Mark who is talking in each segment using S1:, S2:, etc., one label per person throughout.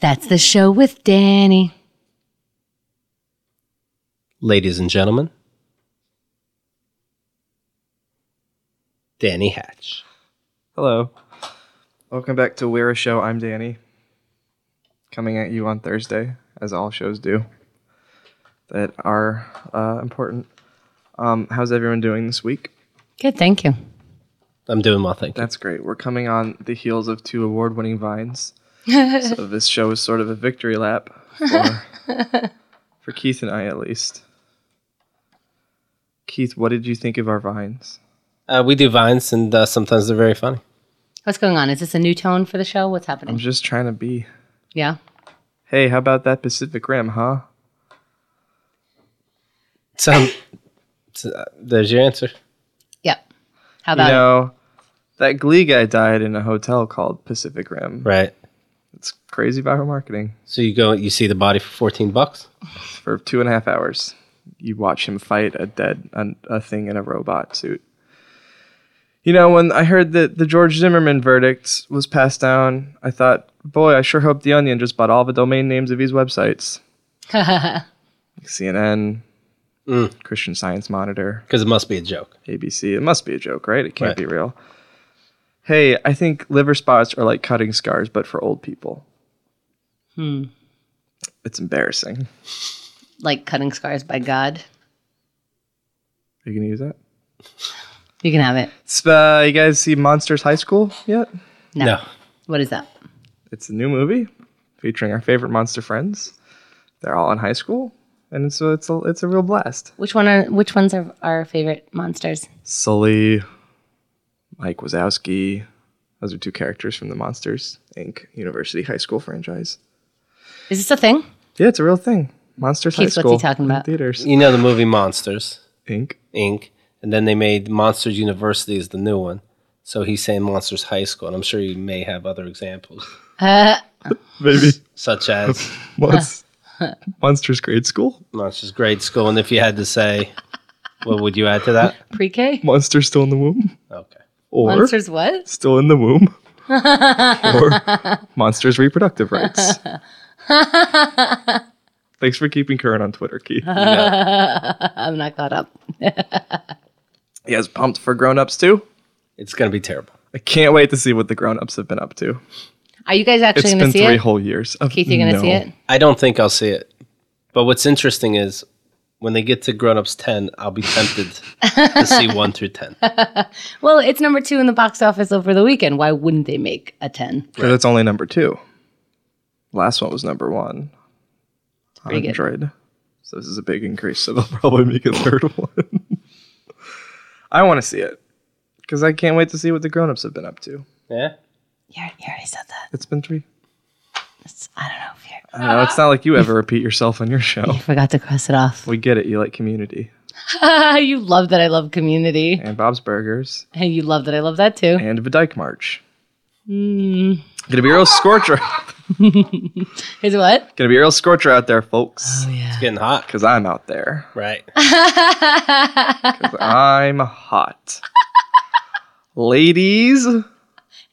S1: That's the show with Danny.
S2: Ladies and gentlemen, Danny Hatch.
S3: Hello. Welcome back to We're a Show. I'm Danny. Coming at you on Thursday, as all shows do, that are uh, important. Um, how's everyone doing this week?
S1: Good, thank you.
S2: I'm doing my thing.
S3: That's great. We're coming on the heels of two award winning vines. so this show is sort of a victory lap for, for Keith and I, at least. Keith, what did you think of our vines?
S2: Uh, we do vines, and uh, sometimes they're very funny.
S1: What's going on? Is this a new tone for the show? What's
S3: I'm
S1: happening?
S3: just trying to be.
S1: Yeah.
S3: Hey, how about that Pacific Rim, huh?
S2: So um, so, uh, there's your answer.
S1: Yep. How
S3: You
S1: about it?
S3: know, that Glee guy died in a hotel called Pacific Rim.
S2: Right.
S3: It's crazy viral marketing.
S2: So you go, you see the body for 14 bucks.
S3: For two and a half hours, you watch him fight a dead a, a thing in a robot suit. You know, when I heard that the George Zimmerman verdict was passed down, I thought, boy, I sure hope The Onion just bought all the domain names of these websites. Like CNN, Christian Science Monitor,
S2: Because it must be a joke.
S3: ABC. It must be a joke, right? It can't
S2: Right.
S3: be real. Hey, I think liver spots are like cutting scars, but for old people. Hmm. It's embarrassing.
S1: like cutting scars by God?
S3: Are you gonna use that?
S1: You can have it.
S3: It's, uh, you guys see Monsters High School yet?
S1: No.
S2: No.
S1: What is that?
S3: It's a new movie featuring our favorite monster friends. They're all in high school, and so it's a it's a real blast.
S1: Which one are which ones are our favorite monsters?
S3: Sully, Mike Wazowski. Those are two characters from the Monsters Inc. University High School franchise.
S1: Is this a thing?
S3: Yeah, it's a real thing. Monsters High
S1: Keith, what's he
S3: School.
S1: talking
S3: in
S1: about?
S3: Theaters.
S2: You know the movie Monsters,
S3: Inc.
S2: Inc., and then they made Monsters University is the new one. So he's saying Monsters High School, and I'm sure you may have other examples,
S1: Uh,
S3: Maybe
S2: such as
S3: Monst- Monsters Grade School.
S2: Monsters Grade School. And if you had to say, what would you add to that?
S1: pre-K?
S3: Monster Still in the Womb.
S2: Okay.
S3: Or
S1: Monsters what?
S3: Still in the Womb. or Monsters Reproductive Rights. Thanks for keeping current on Twitter, Keith.
S2: You know.
S1: I'm not caught up.
S3: You guys pumped for grown ups too?
S2: It's going to be terrible.
S3: I can't wait to see what the grown ups have been up to.
S1: Are you guys
S3: It's
S1: actually going to
S3: been
S1: see
S3: three
S1: it?
S3: whole years. Of
S1: Keith, you're going to
S3: no.
S1: see it?
S2: I don't think I'll see it. But what's interesting is when they get to Grown Ups 10, I'll be tempted to see 1 through 10.
S1: Well, it's number 2 in the box office over the weekend. Why wouldn't they make a 10?
S3: But it's only number two. Last one was number one.
S1: pretty good.
S3: Android. So this is a big increase. So they'll probably make a third one. I want to see it because I can't wait to see what the grown-ups have been up to.
S2: Yeah?
S1: Yeah, you already said that.
S3: It's been three.
S1: It's- I don't know if you're
S3: I don't know, it's not like you ever repeat yourself on your show.
S1: I forgot to cross it off.
S3: We get it. You like Community
S1: you love that I love community.
S3: and Bob's Burgers
S1: And you love that I love that too.
S3: and the Dyke March.
S1: Hmm.
S3: Gonna be a real scorcher.
S1: Is it what?
S3: Gonna be a real scorcher out there,
S1: Oh,
S3: folks.
S2: It's getting hot.
S3: Because I'm out there.
S2: Right.
S3: 'Cause I'm hot. Ladies,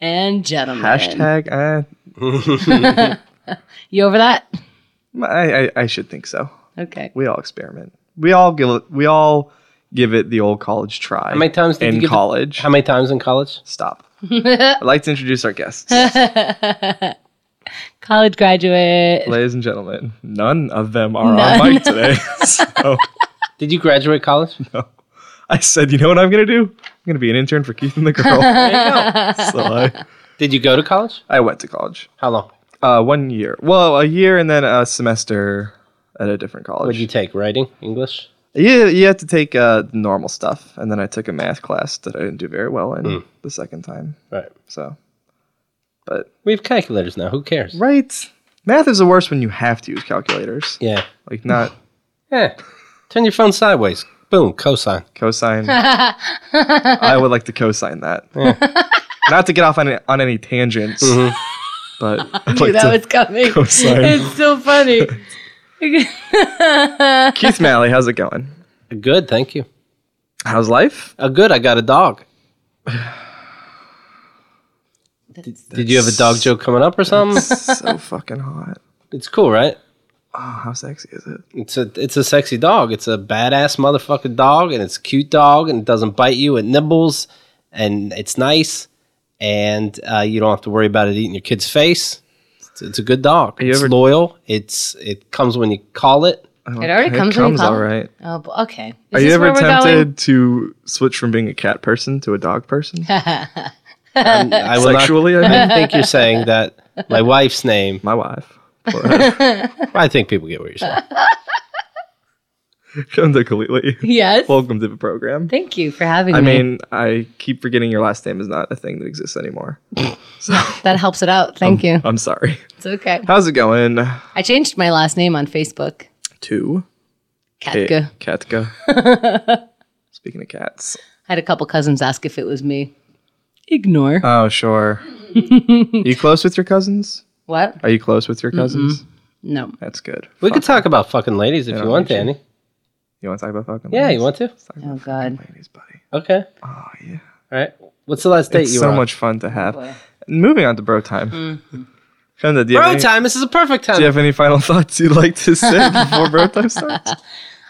S1: And gentlemen.
S3: hashtag uh,
S1: You over that?
S3: uh, I, I, I should think so.
S1: Okay.
S3: We all experiment. We all give it. We all give it the old college try.
S2: How many times did
S3: in
S2: you give it-
S3: college?
S2: How many times in college?
S3: Stop. I'd like to introduce our guests,
S1: College graduate.
S3: ladies and gentlemen. None of them are on mic today. so
S2: Did you graduate college?
S3: I said, you know what I'm gonna do? I'm gonna be an intern for Keith and the Girl. so I,
S2: Did you go to college?
S3: I went to college.
S2: How long?
S3: Uh, one year. Well, a year and then a semester at a different college.
S2: What did you take? Writing? English?
S3: Yeah, you have to take uh, normal stuff, and then I took a math class that I didn't do very well in the second time.
S2: Right.
S3: So, but
S2: We have calculators now. Who cares?
S3: right, math is the worst when you have to use calculators.
S2: Yeah.
S3: Like not
S2: Yeah. Turn your phone sideways. Boom. Cosine.
S3: cosine. I would like to cosine that. not to get off on any, on any tangents, but I'd
S1: Dude,
S3: like
S1: that
S3: to.
S1: was coming.
S3: cosine.
S1: It's so funny.
S3: Keith Malley, how's it going?
S2: Good. Thank you. Uh,
S3: How's life?
S2: Oh, good. I got a dog. Did you have a dog joke coming up or something?
S3: so fucking hot.
S2: It's cool, right?
S3: Oh, how sexy is it?
S2: It's a it's a sexy dog. It's a badass motherfucking dog, and it's a cute dog, and it doesn't bite you. It nibbles, and it's nice, and uh, you don't have to worry about it eating your kid's face. It's, it's a good dog.
S3: you
S2: It's
S3: ever-
S2: loyal. It's it comes when you call it.
S3: I don't-
S1: It already comes when you call
S3: all
S1: it.
S3: right.
S1: Oh, b- okay. Is
S3: Are you
S1: this
S3: ever
S1: where we're going?
S3: tempted to switch from being a cat person to a dog person?
S2: And I will not,
S3: Sexually, I
S2: I
S3: mean.
S2: think you're saying that my wife's name.
S3: My wife. Well,
S2: I think people get what you're saying.
S3: Come to Kalili.
S1: Yes.
S3: Welcome to the program.
S1: Thank you for having
S3: I
S1: me.
S3: mean, I keep forgetting your last name is not a thing that exists anymore.
S1: that helps it out. Thank you.
S3: I'm sorry.
S1: It's okay.
S3: How's it going?
S1: I changed my last name on Facebook.
S3: Two. Hey,
S1: Katka.
S3: Katka. Speaking of cats.
S1: I had a couple cousins ask if it was me. Ignore.
S3: Oh, sure. you close with your cousins?
S1: what?
S3: Are you close with your cousins?
S1: No.
S3: That's good.
S2: We could talk about fucking ladies if you want,
S3: need you.
S2: Danny.
S3: You want to talk about fucking
S2: Yeah,
S3: ladies?
S2: you want to?
S1: Oh God.
S3: Ladies, buddy.
S2: Okay.
S3: Oh, yeah.
S2: All right. What's the last date
S3: It's
S2: you
S3: so
S2: were on?
S3: much fun to have.
S1: boy. Mm-hmm.
S3: Moving on to bro time. Shonda, do you, have
S2: Bro
S3: any,
S2: time. This is a perfect time.
S3: do you have any final thoughts you'd like to say before bro time starts?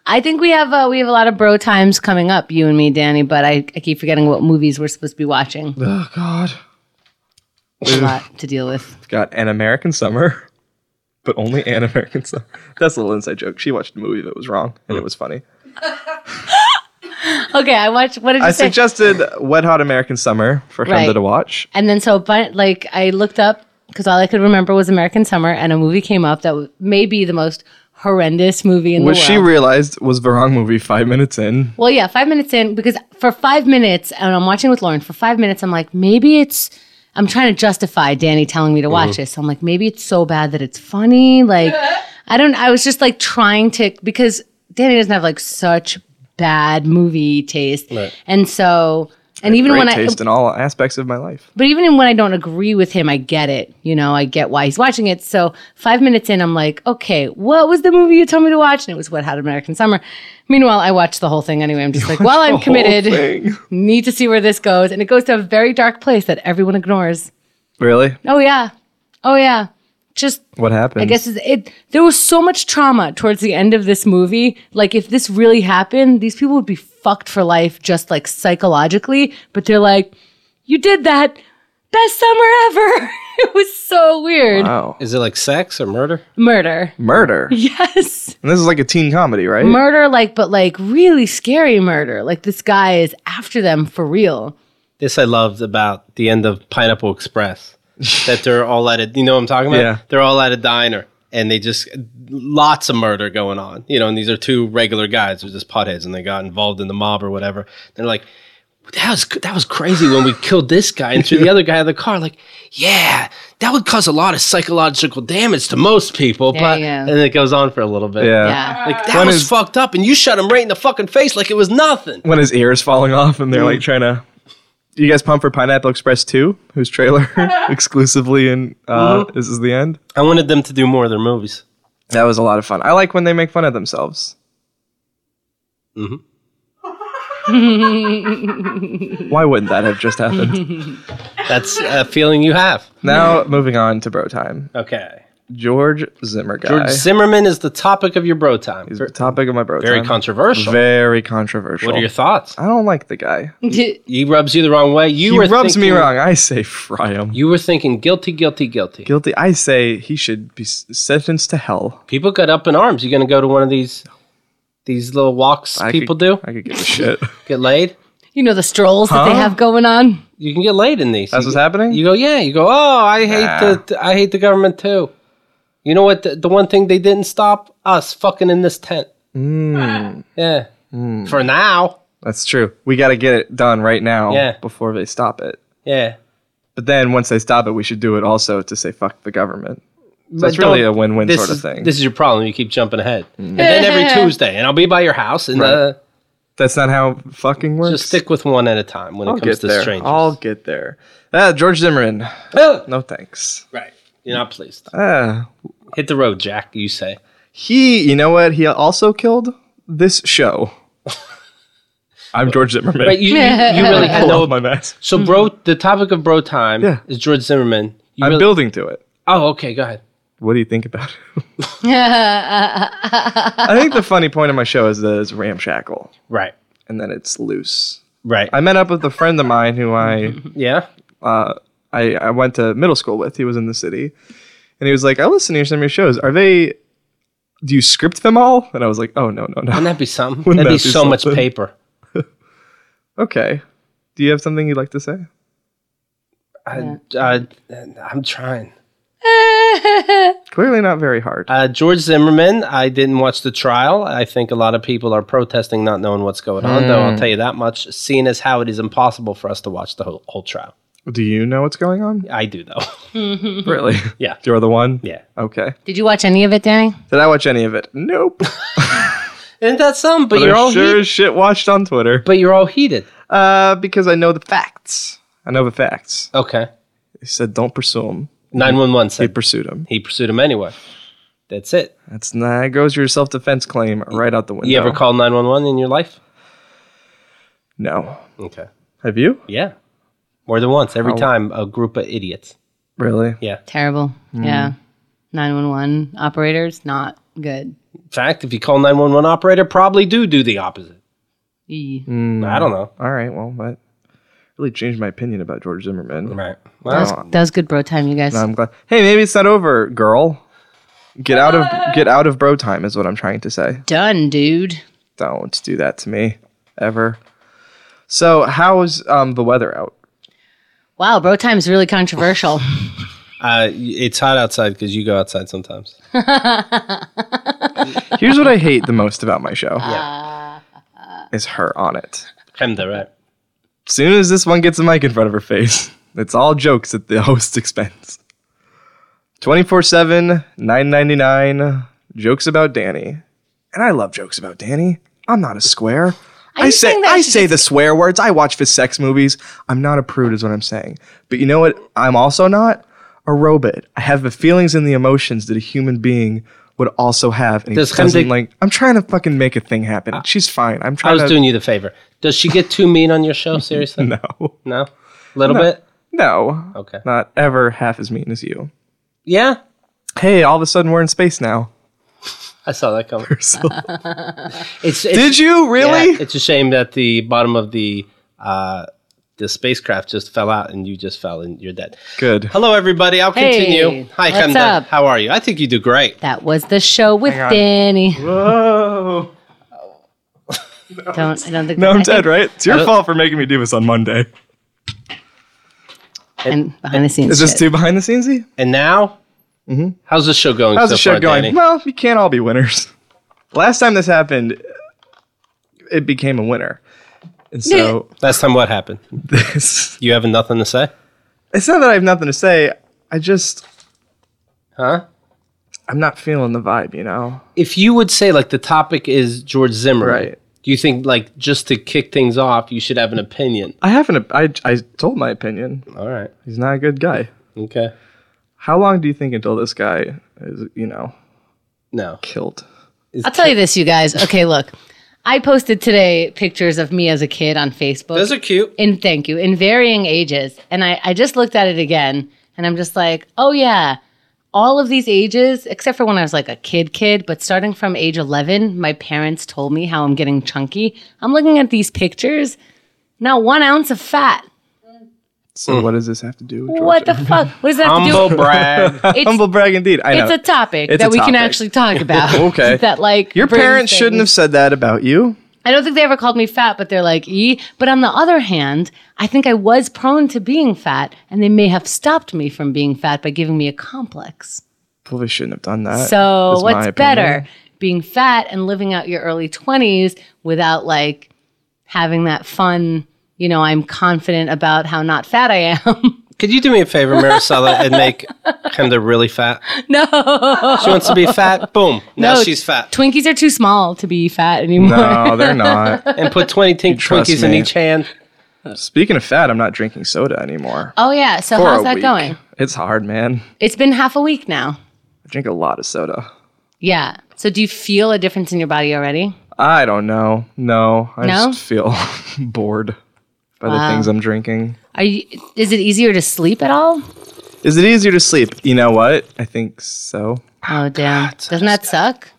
S1: I think we have uh, we have a lot of bro times coming up, you and me, Danny. But I, I keep forgetting what movies we're supposed to be watching.
S3: oh, God.
S1: a lot to deal with.
S3: Got An American Summer, but only An American Summer. That's a little inside joke. She watched a movie that was wrong, and it was funny.
S1: Okay, I watched. What did you
S3: I
S1: say?
S3: suggested Wet Hot American Summer for
S1: Right.
S3: Shonda to watch.
S1: and then so, but like I looked up because all I could remember was American Summer, and a movie came up that w- may be the most horrendous movie in
S3: Which
S1: the world.
S3: she realized was the wrong movie five minutes in.
S1: Well, yeah, five minutes in because for five minutes, and I'm watching with Lauren for five minutes. I'm like, maybe it's. I'm trying to justify Danny telling me to watch
S3: Mm-hmm.
S1: this. I'm like, maybe it's so bad that it's funny. Like, I don't. I was just like trying to because Danny doesn't have like such bad movie taste, and so. And even
S3: Great
S1: when I,
S3: taste in all aspects of my life.
S1: but even when I don't agree with him, I get it. You know, I get why he's watching it. So five minutes in, I'm like, okay, what was the movie you told me to watch? And it was What Had American Summer. Meanwhile, I watched the whole thing anyway. I'm just like, well, I'm
S3: Whole
S1: committed.
S3: thing.
S1: Need to see where this goes. And it goes to a very dark place that everyone ignores.
S3: Really?
S1: Oh, yeah. Oh, yeah. Just
S3: What happened?
S1: I guess it's- it. There was so much trauma towards the end of this movie. Like, if this really happened, these people would be fucked for life, just like psychologically. But they're like, "You did that, best summer ever." it was so weird.
S3: Wow.
S2: Is it like sex or murder?
S1: Murder,
S3: Oh. Murder.
S1: yes,
S3: And this is like a teen comedy, right?
S1: murder. Like, but like really scary murder. Like this guy is after them for real.
S2: This I loved about the end of Pineapple Express. that they're all at a you know what I'm talking about?
S3: Yeah.
S2: They're all at a diner and they just lots of murder going on. You know, and these are two regular guys who are just potheads and they got involved in the mob or whatever. They're like that was that was crazy when we killed this guy and threw the other guy out of the car. Like, yeah, that would cause a lot of psychological damage to most people. but
S1: you go.
S2: and it goes on for a little bit.
S3: Yeah. Uh,
S1: Yeah.
S2: Like that
S3: When
S2: was
S3: is-
S2: fucked up, and you shot him right in the fucking face like it was nothing.
S3: When his ear is falling off and they're like
S2: Mm.
S3: trying to. You guys pump for Pineapple Express 2, whose trailer exclusively in uh,
S2: Mm-hmm.
S3: This Is the End?
S2: I wanted them to do more of their movies.
S3: That was a lot of fun. I like when they make fun of themselves. Mm-hmm. Why wouldn't that have just happened?
S2: That's a feeling you have.
S3: now, moving on to bro time.
S2: Okay.
S3: George Zimmer guy.
S2: George Zimmerman is the topic of your bro time.
S3: He's the topic of my bro
S2: Very
S3: time.
S2: controversial.
S3: Very controversial.
S2: What are your thoughts?
S3: I don't like the guy.
S2: He rubs you the wrong way. You
S3: He
S2: were
S3: rubs me
S2: thinking-
S3: wrong. I say fry him.
S2: You were thinking guilty, guilty, guilty.
S3: Guilty. I say he should be s- sentenced to hell.
S2: People got up in arms. You gonna go to one of these these little walks
S3: I
S2: people do?
S3: could- I could give a shit.
S2: Get laid.
S1: you know the strolls that they
S3: Huh?
S1: have going on.
S2: You can get laid in these.
S3: That's
S2: You-
S3: what's happening?
S2: You go, yeah. You go, oh, I hate the I hate the government too. You know what? The, the one thing they didn't stop us fucking in this tent.
S3: Hmm.
S2: Yeah. For now.
S3: That's true. We got to get it done right now
S2: Yeah.
S3: before they stop it.
S2: Yeah.
S3: But then once they stop it, we should do it also to say fuck the government. So it's
S2: But
S3: really
S2: don't-
S3: a win-win
S2: this
S3: sort of
S2: is-
S3: thing. Mm-hmm.
S2: This is your problem. You keep jumping ahead. And then every Tuesday, and I'll be by your house, and uh,
S3: That's not how fucking works.
S2: just stick with one at a time when
S3: I'll
S2: it comes
S3: get
S2: to
S3: there.
S2: strangers.
S3: I'll get there. Ah, George Zimmerman.
S2: Oh,
S3: No thanks.
S2: Right. You're not pleased.
S3: Ah,
S2: Hit the road, Jack, you say.
S3: he. You know what? He also killed this show. I'm George Zimmerman.
S2: Right, you, you, you really had
S3: Pull
S2: no.
S3: off my mask.
S2: So, bro, the topic of bro time
S3: Yeah.
S2: is George Zimmerman. You
S3: I'm
S2: really-
S3: building to it.
S2: Oh, okay, go ahead.
S3: What do you think about it? I think the funny point of my show is that it's ramshackle
S2: Right,
S3: and that it's loose.
S2: right.
S3: I met up with a friend of mine who I
S2: yeah,
S3: I, I went to middle school with. He was in the city, and he was like, "I listen to some of your shows. Are they? Do you script them all?" And I was like, "Oh no, no,
S2: wouldn't
S3: no.
S2: that be something? That'd
S3: that
S2: be,
S3: be
S2: so much
S3: something?
S2: paper.
S3: Okay. Do you have something you'd like to say?
S2: I, I, I'm trying.
S3: Clearly not very hard.
S2: Uh, George Zimmerman, I didn't watch the trial. I think a lot of people are protesting not knowing what's going on, though. I'll tell you that much. Seeing as how it is impossible for us to watch the whole, whole trial.
S3: do you know what's going on?
S2: I do, though.
S3: Really?
S2: Yeah.
S3: You're the one.
S2: yeah.
S3: Okay.
S1: Did you watch any of it, Danny?
S3: Did I watch any of it? Nope.
S2: Isn't that some? But,
S3: But
S2: you're
S3: I
S2: all
S3: sure
S2: heat-
S3: as shit watched on Twitter.
S2: but you're all heated.
S3: Uh, because I know the facts. I know the facts.
S2: Okay.
S3: He said, "Don't pursue him.
S2: Nine one one
S3: They
S2: said
S3: pursued him."
S2: he pursued him anyway. That's it.
S3: That's that goes your self defense claim right out the window.
S2: You ever call nine one one in your life?
S3: No.
S2: Okay. Oh.
S3: Have you?
S2: Yeah. More than once. Every time a group of idiots.
S3: Really?
S2: Yeah.
S1: Terrible.
S3: Mm.
S1: Yeah. 911 operators, not good.
S2: In fact, if you call nine one one operator, probably do do the opposite.
S1: E.
S2: I don't know.
S3: All right. Well, that really changed my opinion about George Zimmerman.
S2: Right.
S1: That,
S2: Well,
S1: was, that was good bro time, you guys.
S3: And I'm glad. Hey, maybe it's not over, girl. Get out of get out of bro time is what I'm trying to say.
S1: Done, dude.
S3: Don't do that to me ever. So, how's um, the weather out?
S1: Wow, bro time's really controversial.
S2: uh, it's hot outside because you go outside sometimes.
S3: Here's what I hate the most about my show.
S2: Uh,
S1: Uh,
S3: Is her on it.
S2: Hemda, right?
S3: soon as this one gets a mic in front of her face, it's all jokes at the host's expense. 24 7, 999, jokes about Danny. And I love jokes about Danny. I'm not a square. I
S1: you
S3: say
S1: saying that
S3: I
S1: to
S3: say the swear words. I watch for sex movies. I'm not a prude, is what I'm saying. But you know what? I'm also not a robot. I have the feelings and the emotions that a human being would also have. And he
S2: Does
S3: doesn't
S2: Hemdick-
S3: like. I'm trying to fucking make a thing happen. She's fine. I'm
S2: I
S3: trying
S2: was
S3: to.
S2: doing you the favor. Does she get too mean on your show? Seriously? no.
S3: no,
S2: No? A little bit?
S3: no.
S2: Okay.
S3: Not ever half as mean as you.
S2: Yeah.
S3: hey, all of a sudden we're in space now.
S2: I saw that coming. It's, it's,
S3: Did you really?
S2: Yeah, it's a shame that the bottom of the uh, the spacecraft just fell out and you just fell and you're dead.
S3: Good.
S2: Hello, everybody. I'll
S1: Hey,
S2: continue. Hi,
S1: what's
S2: Hamda.
S1: up?
S2: How are you? I think you do great.
S1: That was the show with
S3: on.
S1: Danny.
S3: Whoa.
S1: Don't, I don't think
S3: No,
S1: I
S3: I'm
S1: think-
S3: dead, right? It's your
S2: don't-
S3: fault for making me do this on Monday.
S1: And behind the scenes.
S3: Is this
S1: shit.
S3: too behind the scenesy?
S2: And now, how's the show going?
S3: Mm-hmm. How's
S2: so
S3: the show
S2: far,
S3: going?
S2: Danny?
S3: Well, we can't all be winners. Last time this happened, it became a winner. And so
S2: Last time, what happened?
S3: this
S2: You having nothing to say?
S3: it's not that I have nothing to say. I just
S2: Huh?
S3: I'm not feeling the vibe, you know.
S2: If you would say like the topic is George Zimmerman,
S3: Right.
S2: do you think like just to kick things off, you should have an opinion?
S3: I haven't I I told my opinion.
S2: All right.
S3: He's not a good guy.
S2: Okay.
S3: How long do you think until this guy is, you know,
S2: No.
S3: killed?
S1: I'll tell you this, you guys. Okay, look. I posted today pictures of me as a kid on Facebook.
S2: Those are cute.
S1: in thank you in varying ages and I, I just looked at it again and i'm just like oh yeah all of these ages except for when i was like a kid kid but starting from age 11 my parents told me how i'm getting chunky i'm looking at these pictures not one ounce of fat
S3: So what does this have to do with George?
S1: what the fuck what does that have to do
S2: Humble brag.
S1: it's,
S3: Humble brag indeed. I know.
S1: it's a topic
S3: It's
S1: that
S3: a
S1: we can
S3: topic.
S1: actually talk about
S3: Okay.
S1: that like
S3: Your
S1: brings
S3: parents shouldn't
S1: things-
S3: have said that about you.
S1: I don't think they ever called me fat, but they're like, e. But on the other hand, I think I was prone to being fat, and they may have stopped me from being fat by giving me a complex.
S3: Well, they shouldn't have done that.
S1: So,
S3: is my
S1: what's
S3: opinion.
S1: better, being fat and living out your early 20s without like having that fun, you know, I'm confident about how not fat I am?
S2: Could you do me a favor, Marisela, and make Hemda really fat?
S1: no.
S2: She wants to be fat. Boom. Now
S1: No,
S2: she's fat.
S1: Twinkies are too small to be fat anymore.
S3: No, they're not.
S2: And put 20 tink-
S3: Trust
S2: Twinkies in
S3: me.
S2: each hand.
S3: Speaking of fat, I'm not drinking soda anymore.
S1: Oh, yeah. So,
S3: For
S1: how's
S3: a
S1: that
S3: week.
S1: going?
S3: It's hard, man.
S1: It's been half a week now.
S3: I drink a lot of soda.
S1: Yeah. So, do you feel a difference in your body already?
S3: I don't know. No, I
S1: No?
S3: just feel bored by
S1: Wow.
S3: the things I'm drinking.
S1: Are you, is it easier to sleep at all?
S3: Is it easier to sleep? You know what? I think so.
S1: Oh damn! Doesn't that suck?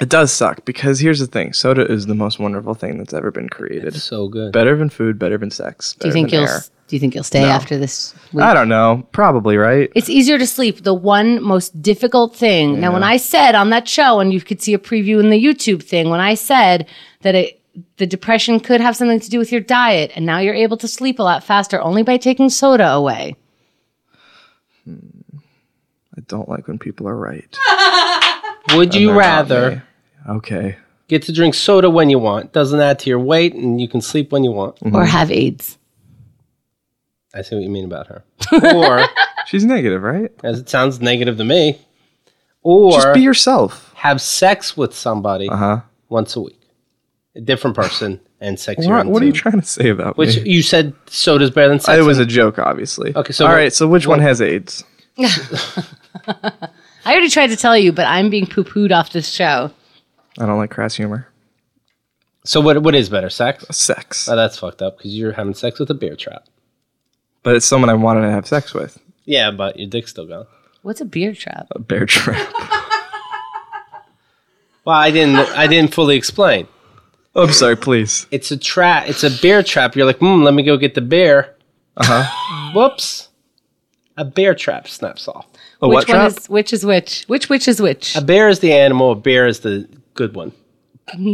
S3: It does suck because here's the thing: soda is the most wonderful thing that's ever been created.
S2: So good.
S3: Better than food, better than sex.
S1: Do you think
S3: than
S1: you'll
S3: air.
S1: Do you think you'll stay after this? Week?
S3: I don't know. Probably right.
S1: It's easier to sleep. The one most difficult thing. Now, when I said on that show, and you could see a preview in the YouTube thing, when I said that it, the depression could have something to do with your diet, and now you're able to sleep a lot faster only by taking soda away.
S3: I don't like when people are right.
S1: Ah!
S2: Would you rather
S3: Okay.
S2: get to drink soda when you want? Doesn't add to your weight, and you can sleep when you want.
S3: Mm-hmm.
S1: Or have AIDS.
S2: I see what you mean about her. Or,
S3: She's negative, right?
S2: as it sounds negative to me, or
S3: Just be yourself.
S2: have sex with somebody
S3: Uh-huh.
S2: once a week, a different person, and sex. you're
S3: What,
S2: into.
S3: what are you trying to say about
S2: Which
S3: me?
S2: you said soda's better than sex.
S3: It was a joke, obviously.
S2: Okay, so
S3: all
S2: what-
S3: right. So which one has AIDS?
S1: I already tried to tell you, but I'm being poo pooed off this show.
S3: I don't like crass humor.
S2: so what? What is better, sex?
S3: Sex,
S1: Uh,
S2: Oh, that's fucked up because you're having sex with a beer trap.
S3: but it's someone I wanted to have sex with.
S2: Yeah, but your dick's still gone.
S1: What's a beer trap?
S3: A bear trap.
S2: Well, I didn't. I didn't fully explain.
S3: oh, I'm sorry. Please.
S2: It's a trap. It's a bear trap. You're like, hmm, let me go get the bear. Uh
S3: Uh-huh.
S2: huh. Whoops. A bear trap snaps off.
S3: A
S1: which
S3: what
S1: one
S3: trap?
S1: is which is which? Which which is which?
S2: A bear is the animal. A bear is the good one.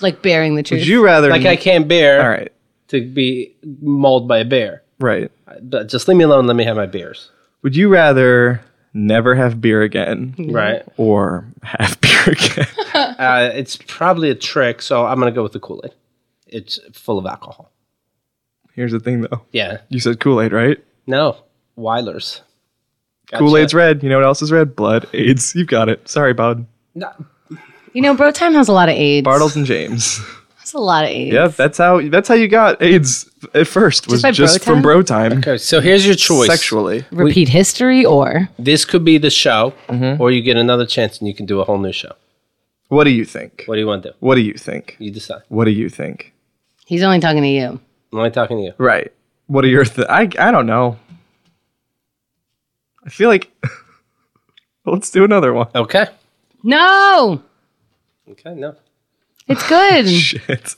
S1: like bearing the truth.
S3: Would you rather?
S2: Like I can't bear
S3: all right.
S2: to be mauled by a bear.
S3: Right.
S2: But just leave me alone. Let me have my beers.
S3: Would you rather never have beer again
S2: Right.
S3: or have beer again?
S2: Uh, it's probably a trick. So I'm gonna go with the Kool Aid. It's full of alcohol.
S3: Here's the thing, though.
S2: Yeah.
S3: You said Kool Aid, right?
S2: No. Weilers. Gotcha.
S3: Kool Aid's red. You know what else is red? Blood, AIDS. You've got it. Sorry, Bud.
S2: No.
S1: You know, Bro Time has a lot of AIDS.
S3: Bartles and James.
S1: has a lot of AIDS.
S3: yeah, that's how that's how you got AIDS at first was
S1: by
S3: just,
S1: bro time?
S3: from bro time
S2: Okay. So here's your choice.
S3: sexually.
S1: Repeat history or
S2: This could be the show, or you get another chance and you can do a whole new show.
S3: What do you think?
S2: What do you want to do?
S3: What do you think?
S2: You decide.
S3: What do you think?
S1: he's only talking to you.
S2: I'm only talking to you.
S3: Right. What are your th- I I don't know. I feel like let's do another one.
S2: Okay.
S1: No,
S2: Okay. No.
S1: it's good.
S3: Shit.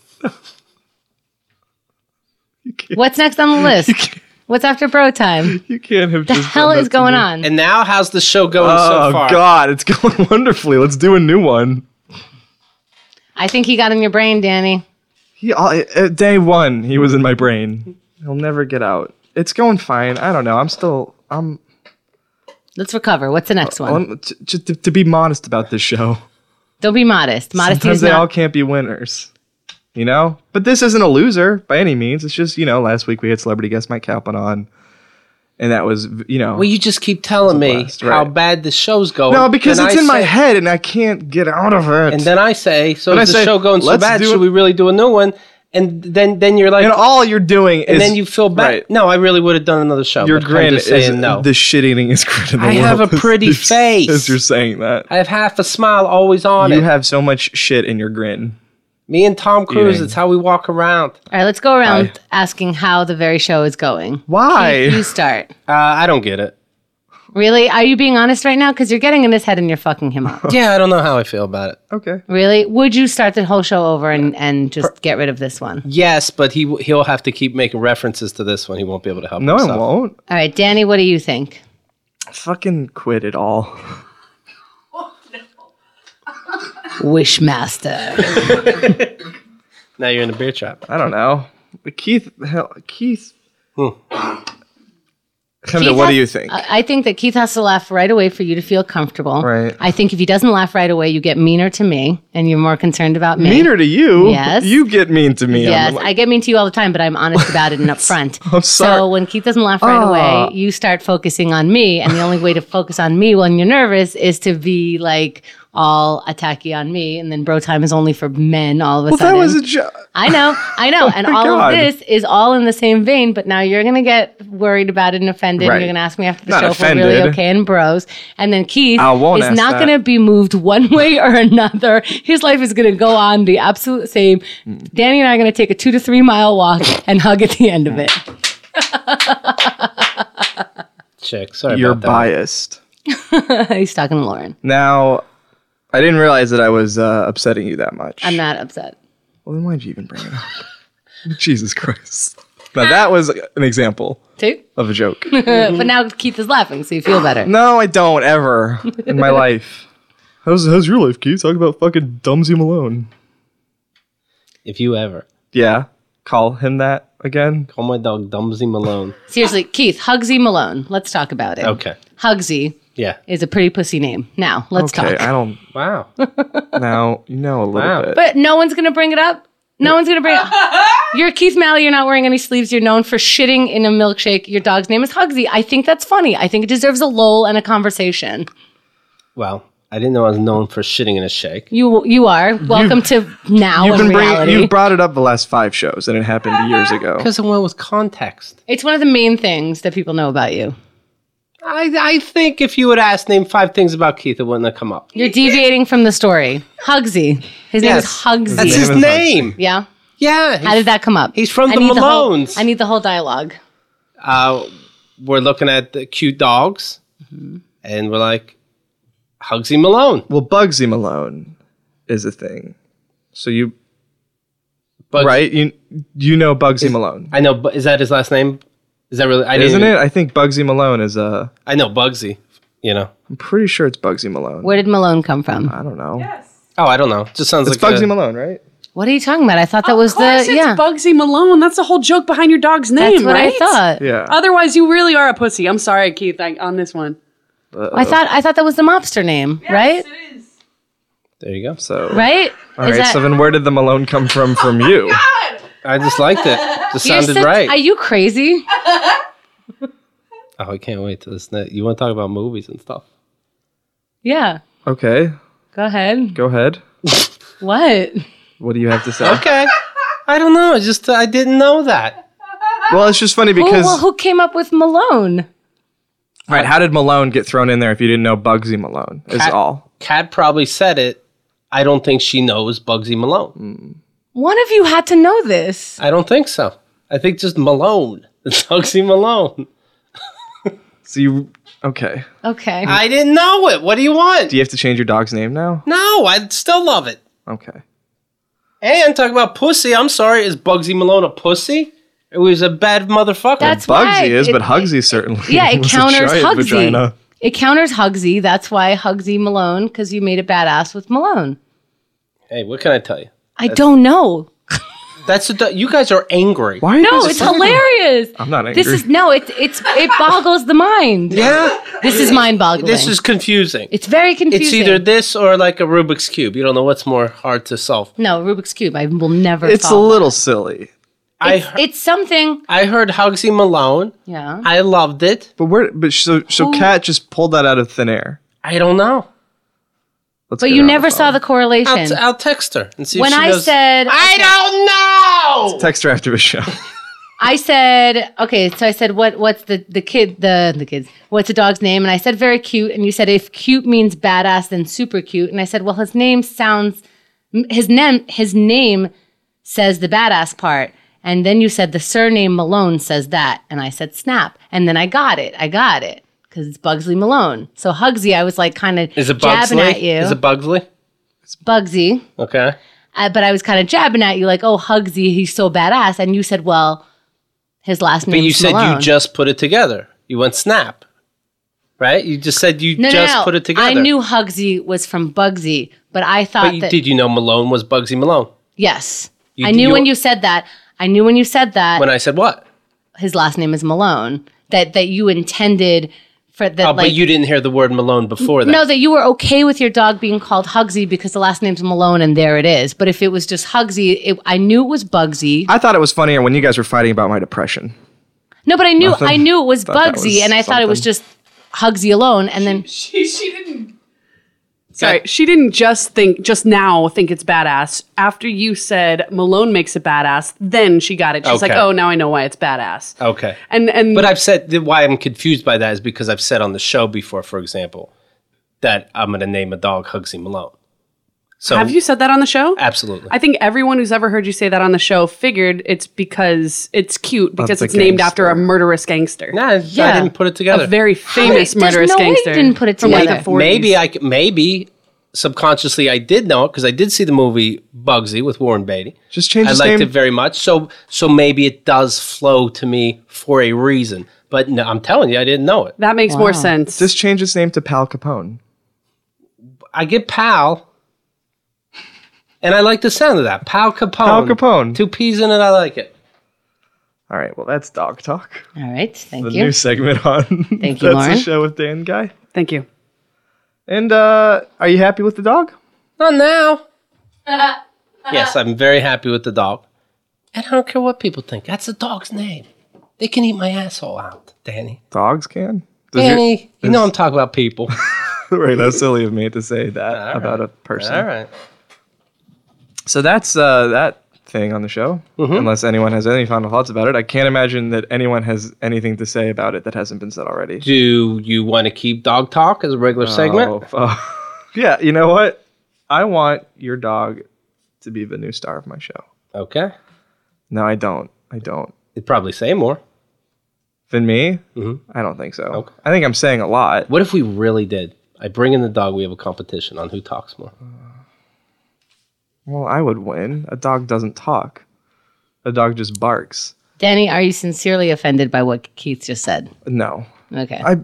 S3: you can't.
S1: What's next on the list? What's after Bro Time?
S3: You can't have
S1: The
S3: just
S1: hell
S3: done that
S1: is
S3: to
S1: going
S3: me.
S1: on?
S2: And now, how's the show going
S3: Oh
S2: so far?
S3: God, it's going wonderfully. Let's do a new one.
S1: I think he got in your brain, Danny.
S3: He all, at day one, he was in my brain. He'll never get out. It's going fine. I don't know. I'm still. I'm.
S1: Let's recover. What's the next one?
S3: I'm t- t- to, to be modest about this show.
S1: Don't be modest. Modesty
S3: Sometimes
S1: is
S3: they
S1: not.
S3: all can't be winners. You know, but this isn't a loser by any means. It's just you know, last week we had celebrity guest Mike Kaplan on, and that was you know.
S2: Well, you just keep telling me
S3: blast,
S2: how
S3: right.
S2: bad the show's going.
S3: no, because
S2: Then
S3: it's
S2: I
S3: in my
S2: say-
S3: head and I can't get out of it.
S2: And then I say, so
S3: Then
S2: is the
S3: I say,
S2: show going so
S3: let's
S2: bad?
S3: do
S2: Should
S3: it-
S2: we really do a new one? And then, then you're like,
S3: and all you're doing is
S2: and then you feel bad.
S3: Right.
S2: No, I really would have done another show.
S3: Your
S2: but I'm
S3: grin
S2: just
S3: is
S2: saying no.
S3: the shit eating is grin in the
S2: I have
S3: world
S2: a
S3: as
S2: pretty
S3: you're-
S2: face.
S3: As you're saying that,
S2: I have half a smile always on
S3: you
S2: it.
S3: have so much shit in your grin.
S2: me and Tom Cruise,
S3: Eating.
S2: it's how we walk around.
S1: All right, let's go around
S3: Hi.
S1: asking how the very show is going. Keith,
S3: Why?
S1: you start.
S2: Uh, I don't get it.
S1: Really? Are you being honest right now? Because you're getting in his head and you're fucking him up.
S2: Yeah, I don't know how I feel about it.
S3: Okay.
S1: Really? Would you start the whole show over and, and just get rid of this one?
S2: Yes, but he w- he'll have to keep making references to this one. He won't be able to help.
S3: No, I
S2: himself.
S3: won't.
S1: All right, Danny, what do you think?
S3: Fucking quit it all.
S1: Wishmaster.
S2: Now you're in a beer trap.
S3: I don't know. But Keith, hell, Keith.
S2: Hmm.
S3: Kendall,
S1: Keith
S3: what
S1: has-
S3: do you think?
S1: I I think that Keith has to laugh right away for you to feel comfortable.
S3: Right.
S1: I think if he doesn't laugh right away, you get meaner to me and you're more concerned about me.
S3: Meaner to you.
S1: Yes.
S3: You get mean to me. I'm
S1: Yes,
S3: like,
S1: I get mean to you all the time, but I'm honest about it and upfront.
S3: I'm sorry.
S1: So when Keith doesn't laugh right
S3: Ah.
S1: away, you start focusing on me, and the only way to focus on me when you're nervous is to be like all attacky on me, and then bro time is only for men. All of a
S3: Well,
S1: sudden,
S3: that was a joke.
S1: I know, I know. and
S3: Oh my
S1: all
S3: God.
S1: of this is all in the same vein, but now you're going to get worried about it and offended.
S3: Right.
S1: And you're going to ask me after the
S3: Not
S1: show if we're really
S3: offended.
S1: okay and bros. And then Keith
S3: I won't
S1: is
S3: ask
S1: not
S3: that.
S1: going to be moved one way or another. His life is going to go on the absolute same. Danny and I are going to take a two to three mile walk and hug at the end of it.
S2: Chick, sorry
S3: You're
S2: about that.
S3: biased.
S1: He's talking to Lauren.
S3: Now, I didn't realize that I was uh, upsetting you that much.
S1: I'm not upset.
S3: Well, then why'd you even bring it up? Jesus Christ. Now, that was an example
S1: Too?
S3: of a joke.
S1: but now Keith is laughing, so you feel better.
S3: No, I don't ever in my life. How's, how's your life, Keith? Talk about fucking Dumsy Malone.
S2: If you ever
S3: Yeah. Call him that again.
S2: call my dog Dumsy Malone.
S1: Seriously, Keith, Hugsy Malone. Let's talk about it.
S2: Okay.
S1: Hugsy
S2: Yeah.
S1: is a pretty pussy name. Now, let's
S3: okay,
S1: talk.
S3: I don't.
S2: Wow.
S3: Now, you know a little
S2: Wow.
S3: bit.
S1: But no one's gonna bring it up. No one's gonna bring it up. You're Keith Malley, you're not wearing any sleeves, you're known for shitting in a milkshake. Your dog's name is Hugsy. I think that's funny. I think it deserves a lull and a conversation.
S2: Wow. I didn't know I was known for shitting in a shake.
S1: You you are. Welcome to now
S3: You've
S1: and
S3: been bringing,
S1: reality.
S3: you brought it up the last five shows, and it happened years ago.
S2: Because it went with context.
S1: it's one of the main things that people know about you.
S2: I, I think if you would ask name five things about Keith, it wouldn't have come up.
S1: You're deviating from the story. Hugsy. His name is
S2: Yes.
S1: Hugsy.
S2: That's
S3: name
S2: his
S3: is
S2: name.
S1: yeah.
S2: Yeah.
S1: How did that come up?
S2: He's from
S1: I
S2: the
S1: need whole-
S2: Malones.
S1: I need the whole dialogue.
S2: uh, we're looking at the cute dogs, and we're like, Hugsy Malone.
S3: Well, Bugsy Malone is a thing. So you,
S2: Bugs-
S3: right? You you know Bugsy Malone,
S2: I know. Bu- Is that his last name? Is that really? I didn't
S3: isn't
S2: even-
S3: it? I think Bugsy Malone is a.
S2: I know Bugsy. You know.
S3: I'm pretty sure it's Bugsy Malone.
S1: Where did Malone come from?
S3: I don't know.
S2: Oh, I don't know. It just sounds
S3: It's
S2: like
S3: Bugsy
S2: a-
S3: Malone, right?
S1: What are you talking about? I thought that
S4: Of
S1: was the
S4: course it's
S1: yeah.
S4: Bugsy Malone. That's the whole joke behind your dog's name,
S1: That's what
S4: right?
S1: I thought.
S3: Yeah.
S4: Otherwise, you really are a pussy. I'm sorry, Keith, I, on this one.
S3: Uh, Oh.
S1: I thought I thought that was the mobster name, right?
S2: There you go.
S3: so
S1: Right?
S3: all right. so then, where did the Malone come from? From you?
S2: I just liked it. Just
S1: you're
S2: sounded
S1: such-
S2: right.
S1: Are you crazy?
S2: oh, I can't wait to this. Next. You want to talk about movies and stuff?
S1: Yeah.
S3: Okay,
S1: Go ahead.
S3: go ahead.
S1: What?
S3: What do you have to say?
S2: Okay. I don't know. It's Just uh, I didn't know that.
S3: Well, it's just funny
S1: Who,
S3: because
S1: well, who came up with Malone?
S3: right? How did Malone get thrown in there if you didn't know Bugsy Malone? Is
S2: Cat-
S3: all.
S2: Kat probably said it. I don't think she knows Bugsy Malone.
S1: One of you had to know this.
S2: I don't think so. I think just Malone. It's Bugsy Malone.
S3: So you okay?
S1: Okay.
S2: I didn't know it. What do you want?
S3: Do you have to change your dog's name now?
S2: No, I still love it.
S3: Okay.
S2: And talk about pussy. I'm sorry. Is Bugsy Malone a pussy? It was a bad motherfucker.
S1: That's
S3: Bugsy
S1: right.
S3: is,
S1: It-
S3: but Hugsy certainly.
S1: yeah, it
S3: was a
S1: counters
S3: giant
S1: Hugsy.
S3: vagina.
S1: It counters Hugsy. That's why Hugsy Malone, because you made it badass with Malone.
S2: hey, what can I tell you?
S1: I don't know.
S2: That's a, you guys are angry.
S3: Why? Are you
S1: No,
S3: guys
S1: it's
S3: fucking-
S1: hilarious.
S3: I'm not angry.
S1: This is no, it's it's it boggles the mind.
S2: Yeah,
S1: This is mind boggling.
S2: this is confusing.
S1: it's very confusing.
S2: It's either this or like a Rubik's cube. You don't know what's more hard to solve.
S1: no Rubik's cube. I will never.
S3: It's a
S1: solve.
S3: little silly.
S2: I he-
S1: It's something.
S2: I heard Hugsy Malone.
S1: Yeah.
S2: I loved it.
S3: But where? But so so, Cat just pulled that out of thin air.
S2: I don't know.
S3: Let's
S1: But you
S3: get her on
S1: never
S3: the
S1: saw the
S3: phone.
S1: correlation.
S2: I'll, t- I'll text her and see
S1: when
S2: if she
S1: I
S2: knows.
S1: said,
S2: I
S1: okay,
S2: don't know.
S3: text her after the show.
S1: I said, okay, so I said, what, what's the, the kid, the, the kids, what's a dog's name? And I said, very cute. And you said, if cute means badass, then super cute. And I said, well, his name sounds, m- his name, his name says the badass part. And then you said the surname Malone says that. And I said, snap. And then I got it. I got it. Cause it's Bugsley Malone. So Hugsy, I was like kind of
S2: Is it
S1: jabbing
S2: Bugsley?
S1: at you.
S2: Is it Bugsley?
S1: Bugsy.
S2: Okay.
S1: Uh, but I was kind of jabbing at you, like, "Oh, Hugsy, he's so badass," and you said, "Well, his last name."
S2: But you said
S1: Malone.
S2: you just put it together. You went snap, right? You just said you
S1: No, no,
S2: just
S1: no.
S2: put it together.
S1: I knew Hugsy was from Bugsy, but I thought
S2: But you,
S1: that
S2: did you know Malone was Bugsy Malone?
S1: yes,
S2: You-
S1: I knew
S2: you-
S1: when you said that. I knew when you said that
S2: When I said what?
S1: his last name is Malone. That that you intended for that.
S2: Oh,
S1: like,
S2: but you didn't hear the word Malone before that.
S1: no, that you were okay with your dog being called Hugsy because the last name's Malone, and there it is. But if it was just Hugsy, it, I knew it was Bugsy.
S3: I thought it was funnier when you guys were fighting about my depression.
S1: No, but I knew
S3: Nothing.
S1: I knew it was
S3: Thought that
S1: Bugsy,
S3: was
S1: and I thought it was
S3: something.
S1: just Hugsy alone. And then
S4: She, she didn't Sorry, she didn't just think just now think it's badass. After you said Malone makes it badass, then she got it. She's like,
S2: Okay.
S4: "Oh, now I know why it's badass."
S2: Okay.
S4: And and
S2: But I've said the- why I'm confused by that is because I've said on the show before, for example, that I'm going to name a dog Hugsy Malone. So
S4: have you said that on the show?
S2: Uh, absolutely?
S4: I think everyone who's ever heard you say that on the show figured it's because it's cute because
S3: the
S4: it's named after a
S3: gangster.
S4: murderous gangster.
S2: Nah,
S1: Yeah.
S2: I didn't put it together.
S4: A very famous
S1: How did- there's
S4: murderous
S1: no way you
S4: gangster.
S1: didn't put it
S4: from like
S1: together.
S4: the 40s.
S2: Maybe I c- maybe subconsciously I did know it because I did see the movie Bugsy with Warren Beatty.
S3: Just change
S2: I
S3: his
S2: liked
S3: name.
S2: it very much. So so maybe it does flow to me for a reason. But no, I'm telling you, I didn't know it.
S4: that makes more sense.
S3: Just change his name to Pal Capone.
S2: I get Pal, and I like the sound of that Pal Capone.
S3: Pal Capone.
S2: Two P's in it. I like it.
S3: All right, well that's dog talk.
S1: All right. Thank
S3: The
S1: you.
S3: new segment on
S1: Thank
S3: Thank
S1: you,
S3: That's
S1: Lauren.
S3: the show with Dan Guy.
S4: Thank you.
S3: And uh, are you happy with the dog?
S2: Not now. yes, I'm very happy with the dog. And I don't care what people think. That's the dog's name. They can eat my asshole out, Danny.
S3: Dogs can. Does your-
S2: Danny, you know I'm talking about people.
S3: right, that's silly of me to say that about a person.
S2: All right.
S3: So that's uh, that thing on the show.
S2: Mm-hmm.
S3: Unless anyone has any final thoughts about it, I can't imagine that anyone has anything to say about it that hasn't been said already.
S2: Do you want to keep dog talk as a regular segment?
S3: Oh, fu- yeah, you know what? I want your dog to be the new star of my show.
S2: Okay.
S3: No, I don't. I don't.
S2: It'd probably say more.
S3: Than me? Mm-hmm. I don't think so. I think I'm saying a lot.
S2: What if we really did? I bring in the dog. We have a competition on who talks more.
S3: Well, I would win. A dog doesn't talk. A dog just barks.
S1: Danny, are you sincerely offended by what Keith just said?
S3: No.
S1: Okay.
S3: I.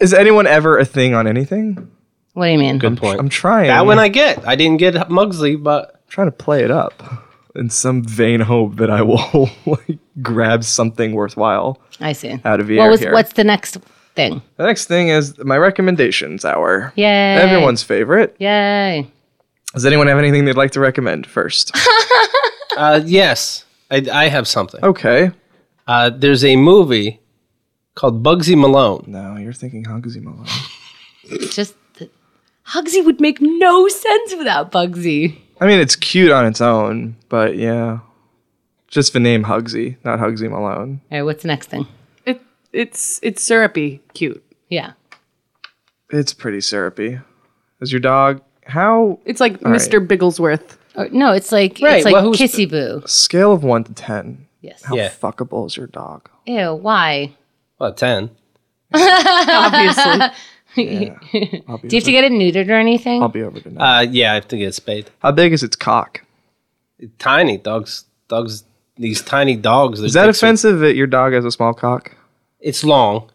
S3: Is anyone ever a thing on anything?
S1: what do you mean?
S2: Good point.
S3: I'm trying.
S2: that one I get. I didn't get Mugsley, but
S3: trying to play it up in some vain hope that I will like grab something worthwhile.
S1: I see.
S3: Out of the
S1: what
S3: air
S1: was,
S3: here.
S1: What's the next thing?
S3: The next thing is my recommendations hour.
S1: Yay.
S3: Everyone's favorite.
S1: Yay.
S3: Does anyone have anything they'd like to recommend first?
S2: uh, yes, I, I have something.
S3: okay.
S2: Uh, there's a movie called Bugsy Malone.
S3: No, you're thinking Hugsy Malone.
S1: Just the, Hugsy would make no sense without Bugsy.
S3: I mean, it's cute on its own, but yeah. Just the name Hugsy, not Hugsy Malone.
S1: All right. What's the next thing?
S4: It it's it's syrupy cute.
S1: Yeah.
S3: It's pretty syrupy. Is your dog how
S4: It's like
S3: right.
S4: Mr. Bigglesworth.
S1: Or, no, it's like
S2: Right,
S1: it's like
S2: well, who's-
S1: Kissy Boo.
S3: scale of one to ten?
S1: Yes.
S3: How
S2: Yeah.
S3: fuckable is your dog?
S1: Ew. Why?
S2: Well, ten.
S4: Obviously.
S3: I'll be,
S1: Do you have to get it neutered or anything?
S3: I'll be over tonight.
S2: Uh, yeah, I have to get spayed.
S3: how big is its cock?
S2: Tiny dogs. Dogs. These tiny dogs.
S3: Is that offensive that your dog has a small cock?
S2: It's long.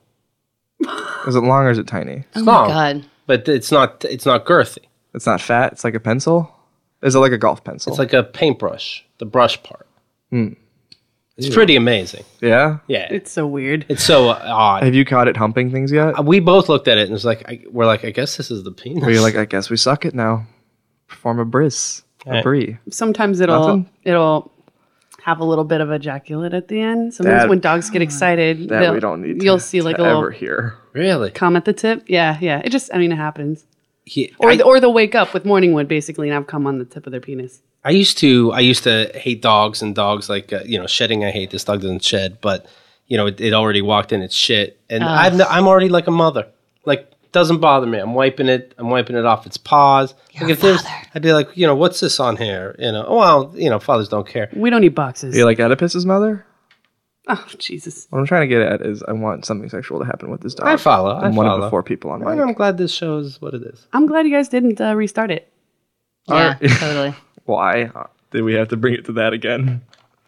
S3: Is it long or is it tiny?
S1: oh
S2: long.
S1: my god.
S2: but it's not it's not girthy.
S3: It's not fat. It's like a pencil. Is it like a golf pencil?
S2: It's like a paintbrush, the brush part.
S4: Hmm.
S2: It's pretty amazing.
S3: yeah.
S2: Yeah, it's,
S4: it's so weird.
S2: so uh, odd.
S3: Have you caught it humping things yet?
S2: Uh, we both looked at it and it's like I, we're like, I guess this is the penis.
S3: Or you're like, I guess we suck it now. Perform a bris, a
S2: Right.
S3: brie.
S4: Sometimes it'll
S3: Nothing?
S4: it'll have a little bit of ejaculate at the end. Sometimes
S3: That-
S4: when dogs get excited,
S3: That
S4: they'll-
S3: we don't need. To,
S4: You'll see like
S3: to
S4: a little
S3: ever hear.
S2: really?
S4: come at the tip. Yeah, yeah. It just I mean it happens.
S2: He,
S4: Or
S2: I,
S4: the, or they'll wake up with morning wood basically and have come on the tip of their penis.
S2: I used to I used to hate dogs and dogs like uh, you know shedding. I hate this dog doesn't shed, but you know it, it already walked in its shit, and I'm I'm already like a mother. Like doesn't bother me. I'm wiping it. I'm wiping it off its paws. like if there's, I'd be like, you know, what's this on here? You know, well, you know, fathers don't care.
S4: We don't need boxes.
S3: Are you like Oedipus's mother?
S4: Oh Jesus.
S3: What I'm trying to get at is, I want something sexual to happen with this dog.
S2: I follow. I
S3: I'm one of the
S2: follow.
S3: four people on
S2: And I'm
S3: mic.
S2: glad this shows what it is.
S4: I'm glad you guys didn't uh, restart it.
S1: Yeah.
S3: right.
S1: totally.
S3: Why uh, did we have to bring it to that again?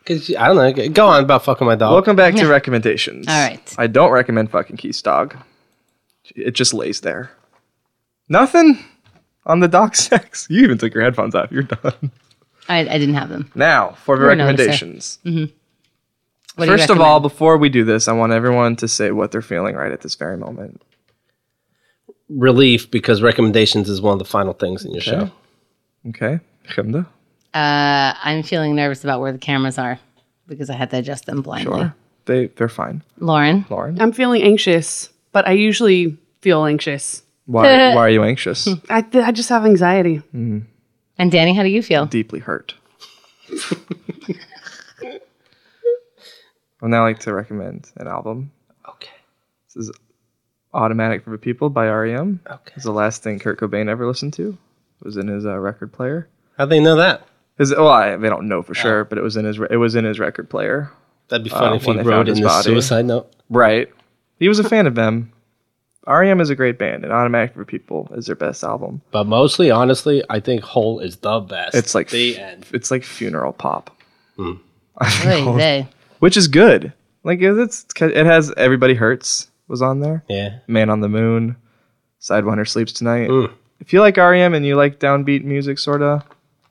S2: Cause you- I don't know. Go on about fucking my dog.
S3: Welcome back to recommendations.
S1: All right.
S3: I don't recommend fucking Keith's dog. It just lays there. Nothing on the dog sex. You even took your headphones off. You're done.
S1: I, I didn't have them.
S3: Now for the
S1: We're noticing.
S3: recommendations.
S1: What do you
S3: First of all,
S1: recommend?
S3: before we do this, I want everyone to say what they're feeling right at this very moment.
S2: Relief because recommendations is one of the final things in your show.
S3: Okay. Chimda?
S1: uh, I'm feeling nervous about where the cameras are because I had to adjust them blindly.
S3: Sure. They they're fine.
S1: Lauren,
S3: Lauren.
S4: I'm feeling anxious, but I usually feel anxious.
S3: Why, why are you anxious?
S4: I, th- I just have anxiety.
S1: And Danny, how do you feel?
S3: Deeply hurt. I would now like to recommend an album.
S2: Okay.
S3: This is Automatic for the People by REM.
S2: Okay.
S3: It's the last thing Kurt Cobain ever listened to. It was in his uh, record player.
S2: How'd they know that?
S3: Is well, I, they don't
S1: Oh.
S3: know for sure, but it was in his it was in his record player.
S2: That'd be funny
S3: Uh,
S2: if he
S3: when they
S2: wrote
S3: found
S2: in
S3: his
S2: this
S3: body.
S2: suicide note.
S3: Right. He was a fan of them. REM is a great band, and Automatic for People is their best album.
S2: But mostly, honestly, I think Hole is the best.
S3: It's like
S2: the
S3: f-
S2: end.
S3: It's like funeral pop,
S1: Oy vey.
S3: which is good. Like it's it has Everybody Hurts was on there.
S2: Yeah.
S3: Man on the Moon, Sidewinder Sleeps Tonight. If you like REM and you like downbeat music, sorta,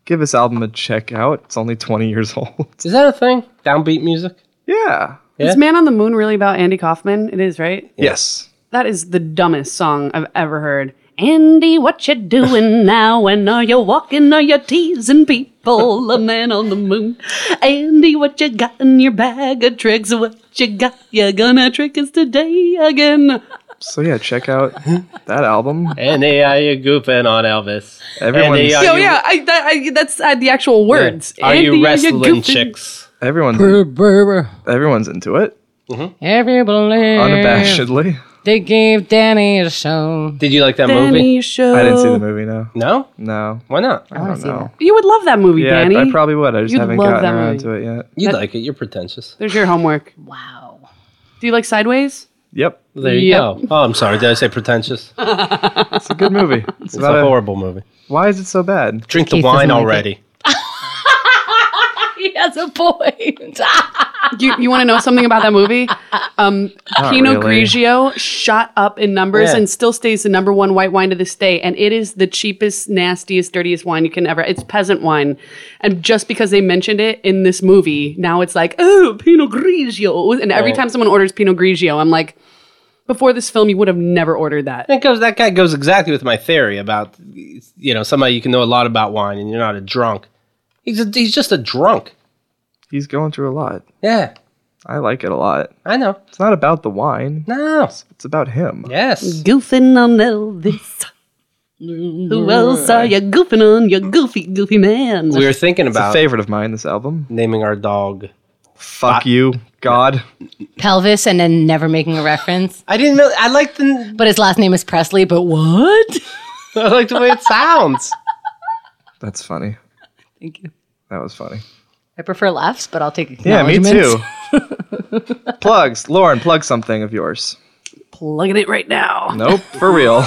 S3: give this album a check out. It's only 20 years old.
S2: Is that a thing? Downbeat music?
S3: yeah.
S2: Yeah.
S4: Is Man on the Moon really about Andy Kaufman? It is, right?
S3: Yes.
S4: That is the dumbest song I've ever heard. Andy, what you doing now? And are you walking? Are you teasing people? A man on the moon. Andy, what you got in your bag of tricks? What you got? You're gonna trick us today again.
S3: So yeah, check out that album.
S2: And uh, they are you goofing on Elvis?
S3: Everyone's-
S2: And they are
S4: So
S2: you-
S4: Oh, yeah, I, that, I, that's uh, the actual words.
S2: Are you
S4: Andy,
S2: wrestling
S4: goofing?
S2: chicks?
S3: Everyone's everyone's into it
S1: Everybody,
S3: unabashedly.
S1: they gave Danny a show.
S2: Did you like that movie?
S4: Danny show.
S3: I didn't see the movie. No,
S2: No.
S3: no,
S2: Why not?
S3: I
S1: wanna
S3: don't
S1: see
S3: know.
S4: You would love that movie,
S3: Yeah,
S4: Danny.
S3: I, I probably would. I just
S4: You'd
S3: haven't
S4: love
S3: gotten
S4: that
S3: around
S4: movie.
S3: to it yet.
S2: You like it? You're pretentious.
S4: There's your homework.
S1: Wow.
S4: Do you like Sideways?
S3: Yep,
S2: There you
S4: Yep.
S2: go. Oh, I'm sorry. Did I say pretentious? It's
S3: it's a good movie. It's about
S2: a
S3: a,
S2: horrible movie.
S3: why is it so bad?
S2: Drink the
S1: Keith doesn't
S2: wine
S1: like it.
S2: already.
S1: He has a point.
S4: You, you want to know something about that movie? Um,
S3: Not
S4: Pinot
S3: really.
S4: Grigio shot up in numbers
S2: Yeah.
S4: and still stays the number one white wine to this day. And it is the cheapest, nastiest, dirtiest wine you can ever. It's peasant wine. And just because they mentioned it in this movie, now it's like, oh, Pinot Grigio. And every
S2: Right.
S4: time someone orders Pinot Grigio, I'm like, before this film, you would have never ordered that.
S2: That goes. That guy goes exactly with my theory about you know somebody you can know a lot about wine and you're not a drunk. He's a, he's just a drunk.
S3: He's going through a lot.
S2: Yeah,
S3: I like it a lot.
S2: I know.
S3: It's not about the wine.
S2: No.
S3: It's about him.
S2: Yes.
S4: Goofing on Elvis. Who else are you goofing on? You goofy, goofy man.
S2: We were thinking
S3: It's a
S2: about
S3: favorite of mine. This album.
S2: naming our dog.
S3: Fuck you, God.
S1: Pelvis and then never making a reference.
S2: I didn't know. I like the
S1: But his last name is Presley, but what?
S2: I like the way it sounds.
S3: That's funny.
S1: Thank you.
S3: That was funny.
S1: I prefer laughs, but I'll take
S3: Yeah, me
S1: acknowledgments.
S3: too. Plugs, Lauren. Plug something of yours.
S4: Plugging it right now.
S3: Nope, for real.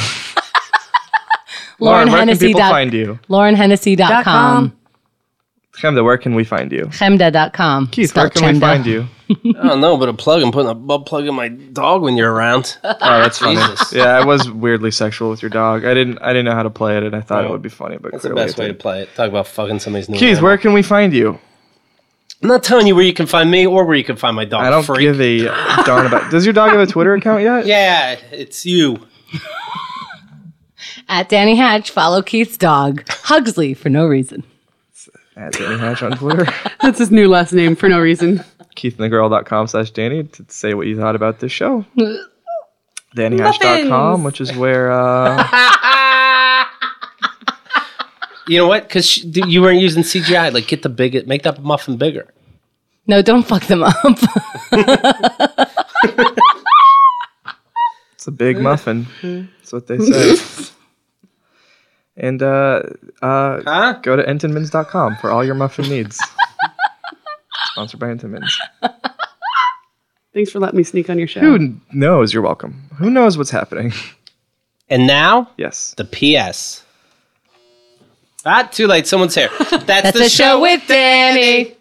S1: Lauren
S3: Lauren, where can
S1: Hennessy
S3: people
S1: dot-
S3: find you?
S4: Dot
S1: LaurenHennessy.com.
S4: com.
S3: Chemda, where can we find you?
S1: Chemda.com.
S3: Keith, where can we find you?
S2: I don't know, but a plug. I'm putting a butt plug in my dog when you're around.
S3: Oh, that's funny.
S2: Jesus.
S3: Yeah, I was weirdly sexual with your dog. I didn't. I didn't know how to play it, and I thought it would be funny, but
S2: That's the
S3: clearly,
S2: best
S3: I
S2: way to
S3: didn't.
S2: play it. Talk about fucking somebody's new.
S3: Keith,
S2: animal.
S3: where can we find you?
S2: I'm not telling you where you can find me or where you can find my dog.
S3: I don't
S2: freak.
S3: give a darn about. Does your dog have a Twitter account yet?
S2: yeah, it's you.
S1: At Danny Hatch, follow Keith's dog, Hugsley, for no reason.
S3: At Danny Hatch on Twitter.
S4: That's his new last name for no reason.
S3: KeithandTheGirl.com slash Danny to say what you thought about this show. DannyHatch.com, which is where uh,
S2: You know what? Because you weren't using CGI. Like, get the bigot, make that muffin bigger.
S1: No, don't fuck them up.
S3: it's a big muffin. That's what they say. And uh, uh,
S2: Huh?
S3: go to entenmans.com for all your muffin needs. Sponsored by Entenmann's.
S4: Thanks for letting me sneak on your show.
S3: Who knows? You're welcome. Who knows what's happening?
S2: And now
S3: Yes.
S2: the PS. Ah, too late. Someone's here. That's,
S1: That's
S2: the
S1: a
S2: show.
S1: show with Danny.